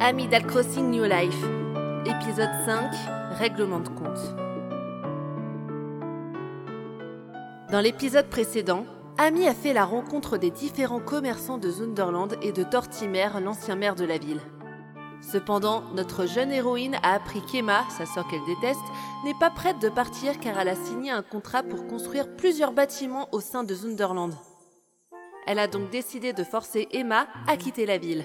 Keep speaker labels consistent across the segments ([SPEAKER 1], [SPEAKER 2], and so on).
[SPEAKER 1] Amidal Crossing New Life, épisode 5, règlement de compte. Dans l'épisode précédent, Ami a fait la rencontre des différents commerçants de Zunderland et de Tortimer, l'ancien maire de la ville. Cependant, notre jeune héroïne a appris qu'Emma, sa sœur qu'elle déteste, n'est pas prête de partir car elle a signé un contrat pour construire plusieurs bâtiments au sein de Zunderland. Elle a donc décidé de forcer Emma à quitter la ville.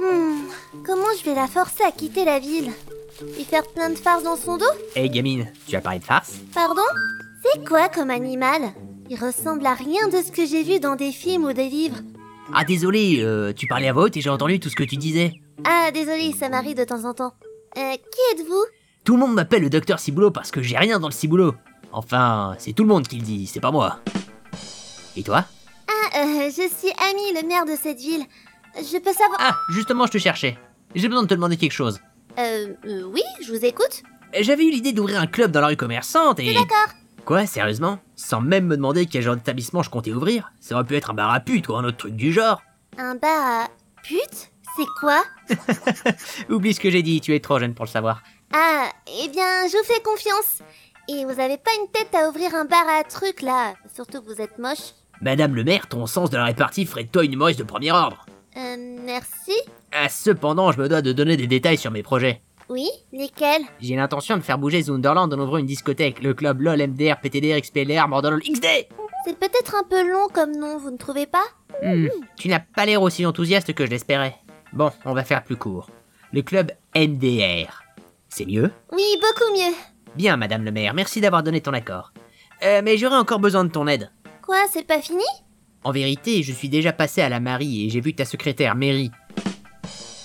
[SPEAKER 2] Hmm, comment je vais la forcer à quitter la ville Lui faire plein de farces dans son dos
[SPEAKER 3] Hey gamine, tu as parlé de farce
[SPEAKER 2] Pardon C'est quoi comme animal Il ressemble à rien de ce que j'ai vu dans des films ou des livres.
[SPEAKER 3] Ah désolé, euh, tu parlais à voix haute et j'ai entendu tout ce que tu disais.
[SPEAKER 2] Ah, désolé, ça m'arrive de temps en temps. Euh, qui êtes-vous
[SPEAKER 3] Tout le monde m'appelle le docteur Ciboulot parce que j'ai rien dans le ciboulot. Enfin, c'est tout le monde qui le dit, c'est pas moi. Et toi
[SPEAKER 2] Ah, euh, je suis Ami, le maire de cette ville. Je peux savoir...
[SPEAKER 3] Ah, justement, je te cherchais. J'ai besoin de te demander quelque chose.
[SPEAKER 2] Euh, euh, oui, je vous écoute.
[SPEAKER 3] J'avais eu l'idée d'ouvrir un club dans la rue commerçante et...
[SPEAKER 2] D'accord.
[SPEAKER 3] Quoi, sérieusement Sans même me demander quel genre d'établissement je comptais ouvrir Ça aurait pu être un bar à pute ou un autre truc du genre.
[SPEAKER 2] Un bar à... Pute C'est quoi
[SPEAKER 3] Oublie ce que j'ai dit, tu es trop jeune pour le savoir.
[SPEAKER 2] Ah, eh bien, je vous fais confiance. Et vous avez pas une tête à ouvrir un bar à truc, là. Surtout que vous êtes moche.
[SPEAKER 3] Madame le maire, ton sens de la répartie ferait de toi une humoriste de premier ordre.
[SPEAKER 2] Euh, merci.
[SPEAKER 3] Ah, cependant, je me dois de donner des détails sur mes projets.
[SPEAKER 2] Oui, nickel.
[SPEAKER 3] J'ai l'intention de faire bouger Zunderland en ouvrant une discothèque, le club LOL, MDR, PTDR, XPLR, Mordorlol, XD
[SPEAKER 2] C'est peut-être un peu long comme nom, vous ne trouvez pas
[SPEAKER 3] Hmm, Tu n'as pas l'air aussi enthousiaste que je l'espérais. Bon, on va faire plus court. Le club MDR. C'est mieux
[SPEAKER 2] Oui, beaucoup mieux.
[SPEAKER 3] Bien, madame le maire, merci d'avoir donné ton accord. Euh, mais j'aurais encore besoin de ton aide.
[SPEAKER 2] Quoi, c'est pas fini
[SPEAKER 3] En vérité, je suis déjà passé à la Marie et j'ai vu ta secrétaire, Mary.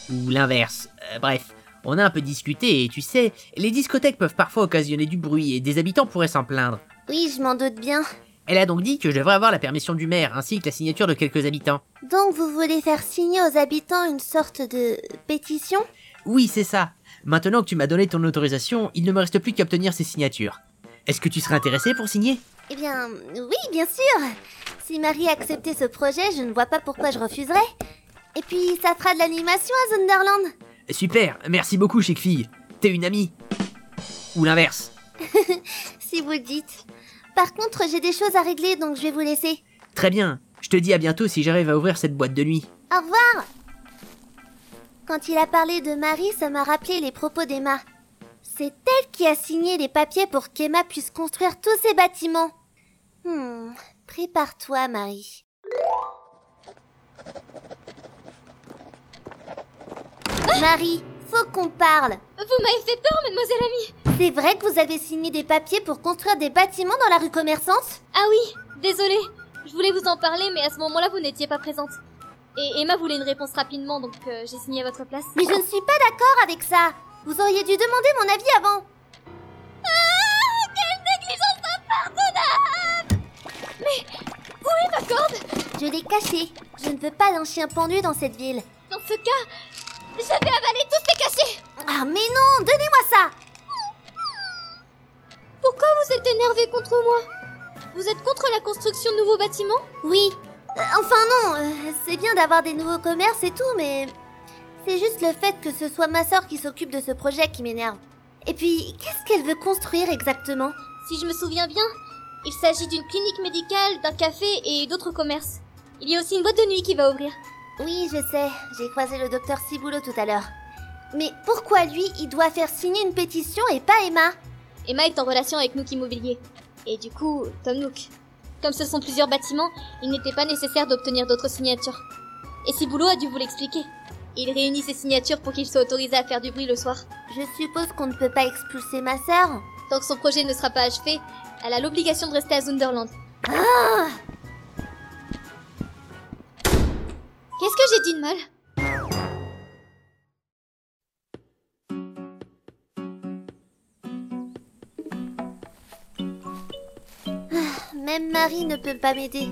[SPEAKER 3] Ou l'inverse. Euh, bref, on a un peu discuté et tu sais, les discothèques peuvent parfois occasionner du bruit et des habitants pourraient s'en plaindre.
[SPEAKER 2] Oui, je m'en doute bien.
[SPEAKER 3] Elle a donc dit que je devrais avoir la permission du maire ainsi que la signature de quelques habitants.
[SPEAKER 2] Donc vous voulez faire signer aux habitants une sorte de pétition
[SPEAKER 3] Oui, c'est ça. Maintenant que tu m'as donné ton autorisation, il ne me reste plus qu'à obtenir ces signatures. Est-ce que tu serais intéressé pour signer
[SPEAKER 2] Eh bien, oui, bien sûr. Si Marie acceptait ce projet, je ne vois pas pourquoi je refuserais. Et puis, ça fera de l'animation à Zunderland.
[SPEAKER 3] Super, merci beaucoup, chic fille. T'es une amie. Ou l'inverse.
[SPEAKER 2] Si vous le dites. Par contre, j'ai des choses à régler, donc je vais vous laisser.
[SPEAKER 3] Très bien, je te dis à bientôt si j'arrive à ouvrir cette boîte de nuit.
[SPEAKER 2] Au revoir Quand il a parlé de Marie, ça m'a rappelé les propos d'Emma. C'est elle qui a signé les papiers pour qu'Emma puisse construire tous ses bâtiments. Hmm, prépare-toi, Marie. Marie, faut qu'on parle.
[SPEAKER 4] Vous m'avez fait peur, mademoiselle amie
[SPEAKER 2] C'est vrai que vous avez signé des papiers pour construire des bâtiments dans la rue commerçante
[SPEAKER 4] Ah oui, désolée. Je voulais vous en parler, mais à ce moment-là, vous n'étiez pas présente. Et Emma voulait une réponse rapidement, donc euh, j'ai signé à votre place.
[SPEAKER 2] Mais je ne suis pas d'accord avec ça. Vous auriez dû demander mon avis avant.
[SPEAKER 4] Ah, Ma corde
[SPEAKER 2] Je l'ai caché. Je ne veux pas d'un chien pendu dans cette ville.
[SPEAKER 4] Dans ce cas, j'avais avalé tous les cachets
[SPEAKER 2] Ah mais non, donnez-moi ça
[SPEAKER 4] Pourquoi vous êtes énervé contre moi Vous êtes contre la construction de nouveaux bâtiments
[SPEAKER 2] Oui. Euh, enfin non, euh, c'est bien d'avoir des nouveaux commerces et tout, mais c'est juste le fait que ce soit ma sœur qui s'occupe de ce projet qui m'énerve. Et puis, qu'est-ce qu'elle veut construire exactement
[SPEAKER 4] Si je me souviens bien, il s'agit d'une clinique médicale, d'un café et d'autres commerces. Il y a aussi une boîte de nuit qui va ouvrir.
[SPEAKER 2] Oui, je sais, j'ai croisé le docteur Ciboulot tout à l'heure. Mais pourquoi lui, il doit faire signer une pétition et pas Emma
[SPEAKER 4] Emma est en relation avec Nook Immobilier. Et du coup, Tom Nook. Comme ce sont plusieurs bâtiments, il n'était pas nécessaire d'obtenir d'autres signatures. Et Ciboulot a dû vous l'expliquer. Il réunit ses signatures pour qu'il soit autorisé à faire du bruit le soir.
[SPEAKER 2] Je suppose qu'on ne peut pas expulser ma sœur
[SPEAKER 4] Tant que son projet ne sera pas achevé, elle a l'obligation de rester à Zunderland. Qu'est-ce que j'ai dit de mal
[SPEAKER 2] Même Marie ne peut pas m'aider.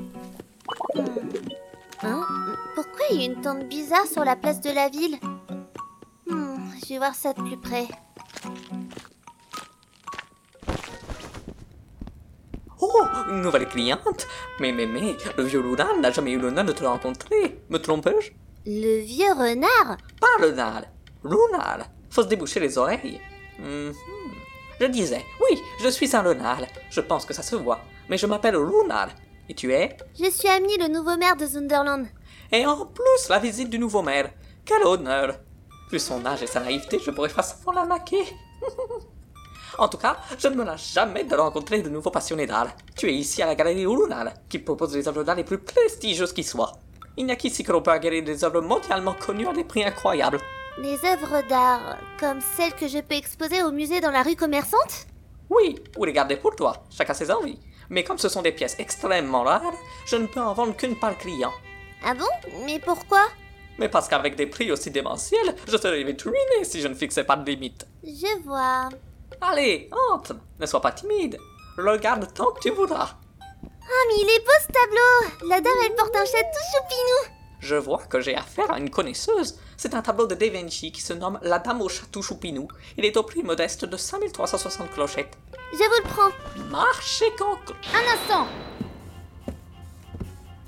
[SPEAKER 2] Hmm. Hein Pourquoi il y a une tente bizarre sur la place de la ville Hmm, je vais voir ça de plus près.
[SPEAKER 5] Oh, nouvelle cliente Mais mais mais, le vieux Loudal n'a jamais eu l'honneur de te rencontrer. Me trompe-je
[SPEAKER 2] Le vieux renard
[SPEAKER 5] Pas Renal, Lunal. Faut se déboucher les oreilles. Mhm. Je disais, oui, je suis un Lunal. Je pense que ça se voit. Mais je m'appelle Lunal. Et tu es
[SPEAKER 2] Je suis Ami, le nouveau maire de Zunderland.
[SPEAKER 5] Et en plus, la visite du nouveau maire. Quel honneur Vu son âge et sa naïveté, je pourrais facilement la maquer. en tout cas, je ne me lâche jamais de rencontrer de nouveaux passionnés d'art. Tu es ici à la Galerie Urunal, qui propose les œuvres d'art les plus prestigieuses qui soient. Il n'y a qu'ici que l'on peut acquérir des œuvres mondialement connues à des prix incroyables.
[SPEAKER 2] Les œuvres d'art, comme celles que je peux exposer au musée dans la rue commerçante
[SPEAKER 5] Oui, ou les garder pour toi, chacun ses envies. Mais comme ce sont des pièces extrêmement rares, je ne peux en vendre qu'une par client.
[SPEAKER 2] Ah bon Mais pourquoi
[SPEAKER 5] Mais parce qu'avec des prix aussi démentiels, je serais vite ruiné si je ne fixais pas de limite.
[SPEAKER 2] Je vois.
[SPEAKER 5] Allez, entre, ne sois pas timide. Regarde tant que tu voudras.
[SPEAKER 2] Ah mais il est beau ce tableau La dame elle porte un chat tout choupinou
[SPEAKER 5] Je vois que j'ai affaire à une connaisseuse. C'est un tableau de Da Vinci qui se nomme La Dame au Château Choupinou. Il est au prix modeste de 5360 clochettes.
[SPEAKER 2] Je vous le prends
[SPEAKER 5] Marchez cancre
[SPEAKER 4] Un instant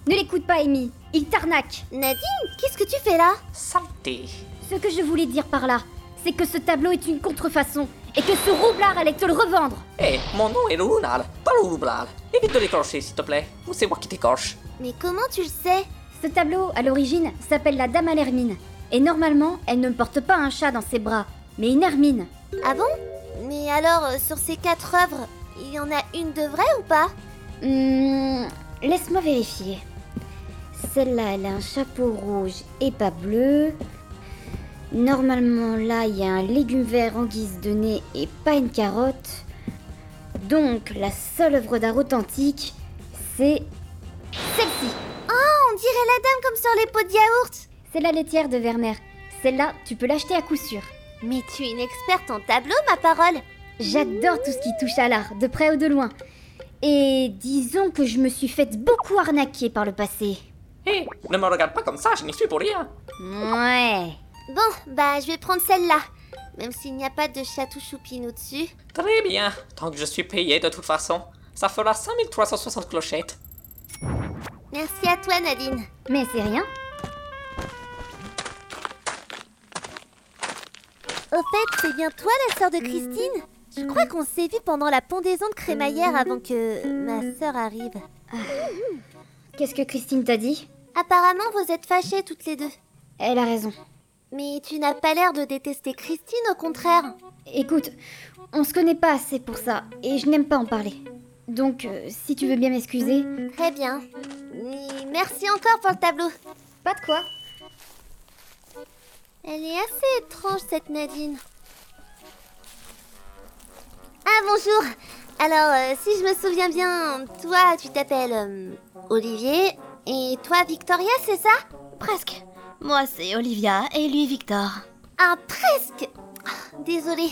[SPEAKER 4] Ne l'écoute pas, Amy. Il t'arnaque.
[SPEAKER 2] Nadine, qu'est-ce que tu fais là
[SPEAKER 5] Saleté
[SPEAKER 4] Ce que je voulais dire par là, c'est que ce tableau est une contrefaçon et que ce roublard allait te le revendre.
[SPEAKER 5] Hé, Eh, mon nom est Lunal, pas Loublal. Évite de l'écorcher, s'il te plaît, ou c'est moi qui t'écorche.
[SPEAKER 2] Mais comment tu le sais
[SPEAKER 6] Ce tableau, à l'origine, s'appelle la Dame à l'Hermine. Et normalement, elle ne porte pas un chat dans ses bras, mais une hermine.
[SPEAKER 2] Ah bon Mais alors, euh, sur ces quatre œuvres, il y en a une de vraie ou pas
[SPEAKER 6] Hmm, Laisse-moi vérifier. Celle-là, elle a un chapeau rouge et pas bleu. Normalement, là, il y a un légume vert en guise de nez et pas une carotte. Donc, la seule œuvre d'art authentique, c'est celle-ci.
[SPEAKER 2] On dirait la dame comme sur les pots de yaourt
[SPEAKER 6] C'est la laitière de Werner. Celle-là, tu peux l'acheter à coup sûr.
[SPEAKER 2] Mais tu es une experte en tableau, ma parole
[SPEAKER 6] J'adore tout ce qui touche à l'art, de près ou de loin. Et disons que je me suis faite beaucoup arnaquer par le passé.
[SPEAKER 5] Hé, Eh, ne me regarde pas comme ça, je n'y suis pour rien.
[SPEAKER 6] Ouais.
[SPEAKER 2] Bon, bah je vais prendre celle-là. Même s'il n'y a pas de chatou choupinou dessus.
[SPEAKER 5] Très bien, tant que je suis payé de toute façon. Ça fera 5360 clochettes.
[SPEAKER 2] Merci à toi, Nadine.
[SPEAKER 6] Mais c'est rien.
[SPEAKER 2] Au fait, c'est bien toi la sœur de Christine Je crois qu'on s'est vu pendant la pendaison de crémaillère avant que ma sœur arrive.
[SPEAKER 6] Qu'est-ce que Christine t'a dit
[SPEAKER 2] Apparemment, vous êtes fâchées toutes les deux.
[SPEAKER 6] Elle a raison.
[SPEAKER 2] Mais tu n'as pas l'air de détester Christine, au contraire.
[SPEAKER 6] Écoute, on se connaît pas assez pour ça, et je n'aime pas en parler. Donc, euh, si tu veux bien m'excuser.
[SPEAKER 2] Très bien. Et merci encore pour le tableau.
[SPEAKER 6] Pas de quoi.
[SPEAKER 2] Elle est assez étrange, cette Nadine. Ah, bonjour Alors, euh, si je me souviens bien, toi, tu t'appelles euh, Olivier, et toi, Victoria, c'est ça Presque.
[SPEAKER 7] Moi, c'est Olivia et lui, Victor.
[SPEAKER 2] Ah, presque Ah, Désolée.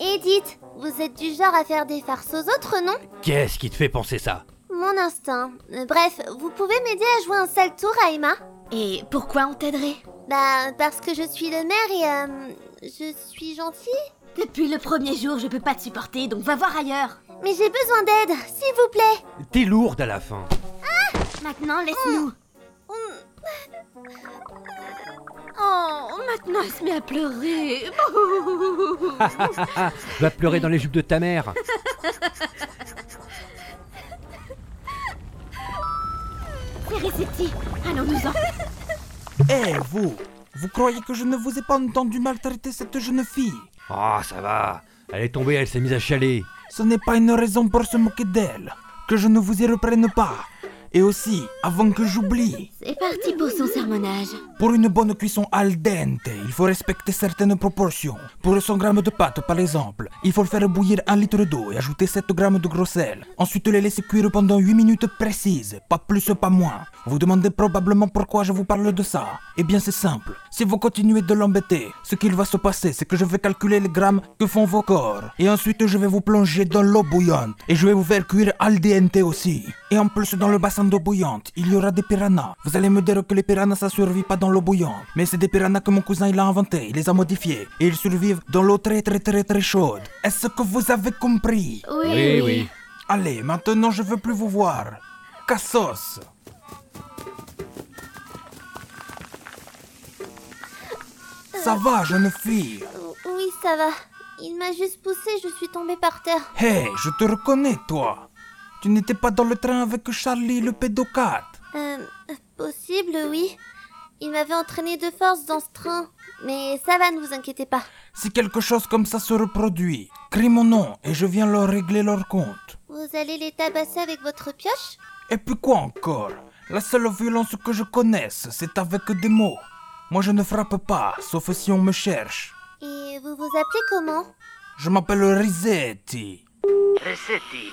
[SPEAKER 2] Edith, vous êtes du genre à faire des farces aux autres, non
[SPEAKER 8] Qu'est-ce qui te fait penser ça
[SPEAKER 2] Mon instinct. Euh, Bref, vous pouvez m'aider à jouer un sale tour à Emma
[SPEAKER 7] Et pourquoi on t'aiderait
[SPEAKER 2] Bah, parce que je suis le maire et euh, je suis gentille
[SPEAKER 7] Depuis le premier jour, je peux pas te supporter, donc va voir ailleurs.
[SPEAKER 2] Mais j'ai besoin d'aide, s'il vous plaît
[SPEAKER 8] T'es lourde à la fin.
[SPEAKER 7] Maintenant, laisse-nous. Oh, maintenant, elle se met à pleurer.
[SPEAKER 8] Ah, va pleurer dans les jupes de ta mère.
[SPEAKER 7] Serrez ces petits. Allons-nous-en.
[SPEAKER 9] Eh vous Vous croyez que je ne vous ai pas entendu maltraiter cette jeune fille
[SPEAKER 8] Oh, ça va. Elle est tombée, elle s'est mise à chialer.
[SPEAKER 9] Ce n'est pas une raison pour se moquer d'elle. Que je ne vous y reprenne pas. Et aussi, avant que j'oublie,
[SPEAKER 7] C'est parti pour son sermonnage.
[SPEAKER 9] pour une bonne cuisson al dente, il faut respecter certaines proportions. Pour 100 g de pâte, par exemple, il faut faire bouillir un litre d'eau et ajouter 7 g de gros sel. Ensuite, les laisser cuire pendant 8 minutes précises, pas plus, pas moins. Vous demandez probablement pourquoi je vous parle de ça. Eh bien, c'est simple. Si vous continuez de l'embêter, ce qu'il va se passer, c'est que je vais calculer les grammes que font vos corps. Et ensuite, je vais vous plonger dans l'eau bouillante. Et je vais vous faire cuire al dente aussi. Et en plus, dans le bassin sans d'eau bouillante, il y aura des piranhas. Vous allez me dire que les piranhas ça survit pas dans l'eau bouillante. Mais c'est des piranhas que mon cousin il a inventé, il les a modifiés. Et ils survivent dans l'eau très très très très chaude. Est-ce que vous avez compris
[SPEAKER 8] Oui, oui.
[SPEAKER 9] Allez, maintenant je veux plus vous voir. Cassos Ça va, jeune fille
[SPEAKER 2] Oui, ça va. Il m'a juste poussé, je suis tombée par terre.
[SPEAKER 9] Hé, je te reconnais, toi Tu n'étais pas dans le train avec Charlie le pédocate
[SPEAKER 2] Euh, possible, oui. Il m'avait entraîné de force dans ce train. Mais ça va, ne vous inquiétez pas.
[SPEAKER 9] Si quelque chose comme ça se reproduit, crie mon nom et je viens leur régler leur compte.
[SPEAKER 2] Vous allez les tabasser avec votre pioche
[SPEAKER 9] Et puis quoi encore La seule violence que je connaisse, c'est avec des mots. Moi je ne frappe pas, sauf si on me cherche.
[SPEAKER 2] Et vous vous appelez comment
[SPEAKER 9] Je m'appelle Rizetti.
[SPEAKER 10] Resetti,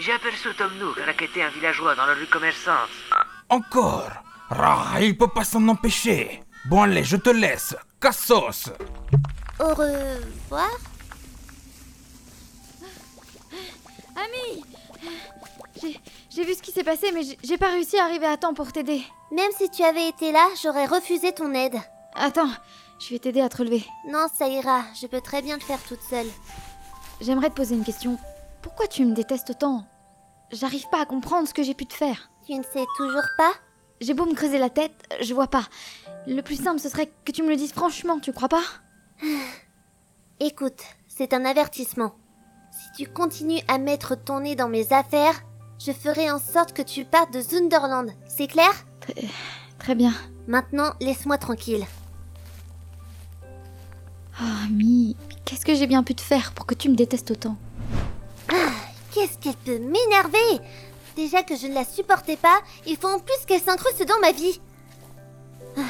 [SPEAKER 10] j'ai aperçu Tom Nook raqueter un villageois dans la rue commerçante.
[SPEAKER 9] Encore Rah, il peut pas s'en empêcher. Bon allez, je te laisse. Cassos
[SPEAKER 2] Au revoir
[SPEAKER 6] Ami J'ai- J'ai vu ce qui s'est passé, mais j'ai- j'ai pas réussi à arriver à temps pour t'aider.
[SPEAKER 2] Même si tu avais été là, j'aurais refusé ton aide.
[SPEAKER 6] Attends, je vais t'aider à te relever.
[SPEAKER 2] Non, ça ira. Je peux très bien le faire toute seule.
[SPEAKER 6] J'aimerais te poser une question. Pourquoi tu me détestes tant J'arrive pas à comprendre ce que j'ai pu te faire.
[SPEAKER 2] Tu ne sais toujours pas
[SPEAKER 6] J'ai beau me creuser la tête, euh, je vois pas. Le plus simple, ce serait que tu me le dises franchement, tu crois pas
[SPEAKER 2] Écoute, c'est un avertissement. Si tu continues à mettre ton nez dans mes affaires, je ferai en sorte que tu partes de Zunderland. C'est clair
[SPEAKER 6] Très bien.
[SPEAKER 2] Maintenant, laisse-moi tranquille.
[SPEAKER 6] Oh, Ami, qu'est-ce que j'ai bien pu te faire pour que tu me détestes autant
[SPEAKER 2] Qu'est-ce qu'elle peut m'énerver Déjà que je ne la supportais pas, il faut en plus qu'elle s'incruste dans ma vie. Ah.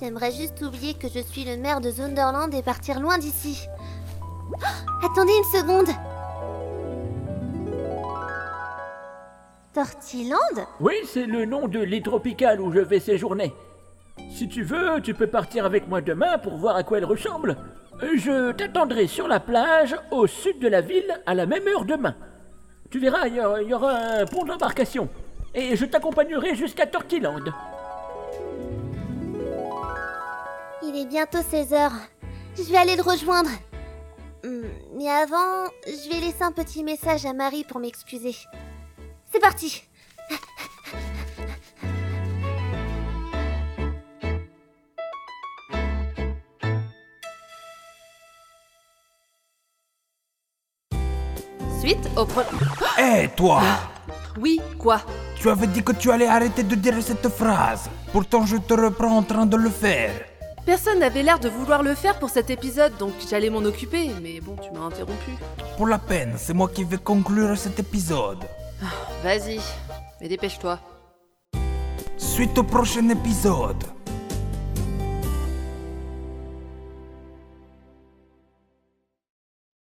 [SPEAKER 2] J'aimerais juste oublier que je suis le maire de Zonderland et partir loin d'ici. Oh, attendez une seconde Tortiland
[SPEAKER 3] Oui, c'est le nom de l'île tropicale où je vais séjourner. Si tu veux, tu peux partir avec moi demain pour voir à quoi elle ressemble. Je t'attendrai sur la plage au sud de la ville à la même heure demain. Tu verras, il y aura- il y, aura un pont d'embarcation. Et je t'accompagnerai jusqu'à Tortiland.
[SPEAKER 2] Il est bientôt 16h. Je vais aller le rejoindre. Hmm, Mais avant, je vais laisser un petit message à Marie pour m'excuser. C'est parti
[SPEAKER 1] Suite au pro...
[SPEAKER 9] Hé, Eh, toi
[SPEAKER 1] Oui, quoi
[SPEAKER 9] Tu avais dit que tu allais arrêter de dire cette phrase. Pourtant, je te reprends en train de le faire.
[SPEAKER 1] Personne n'avait l'air de vouloir le faire pour cet épisode, donc j'allais m'en occuper, mais bon, tu m'as interrompu.
[SPEAKER 9] Pour la peine, c'est moi qui vais conclure cet épisode.
[SPEAKER 1] Vas-y, mais dépêche-toi.
[SPEAKER 9] Suite au prochain épisode.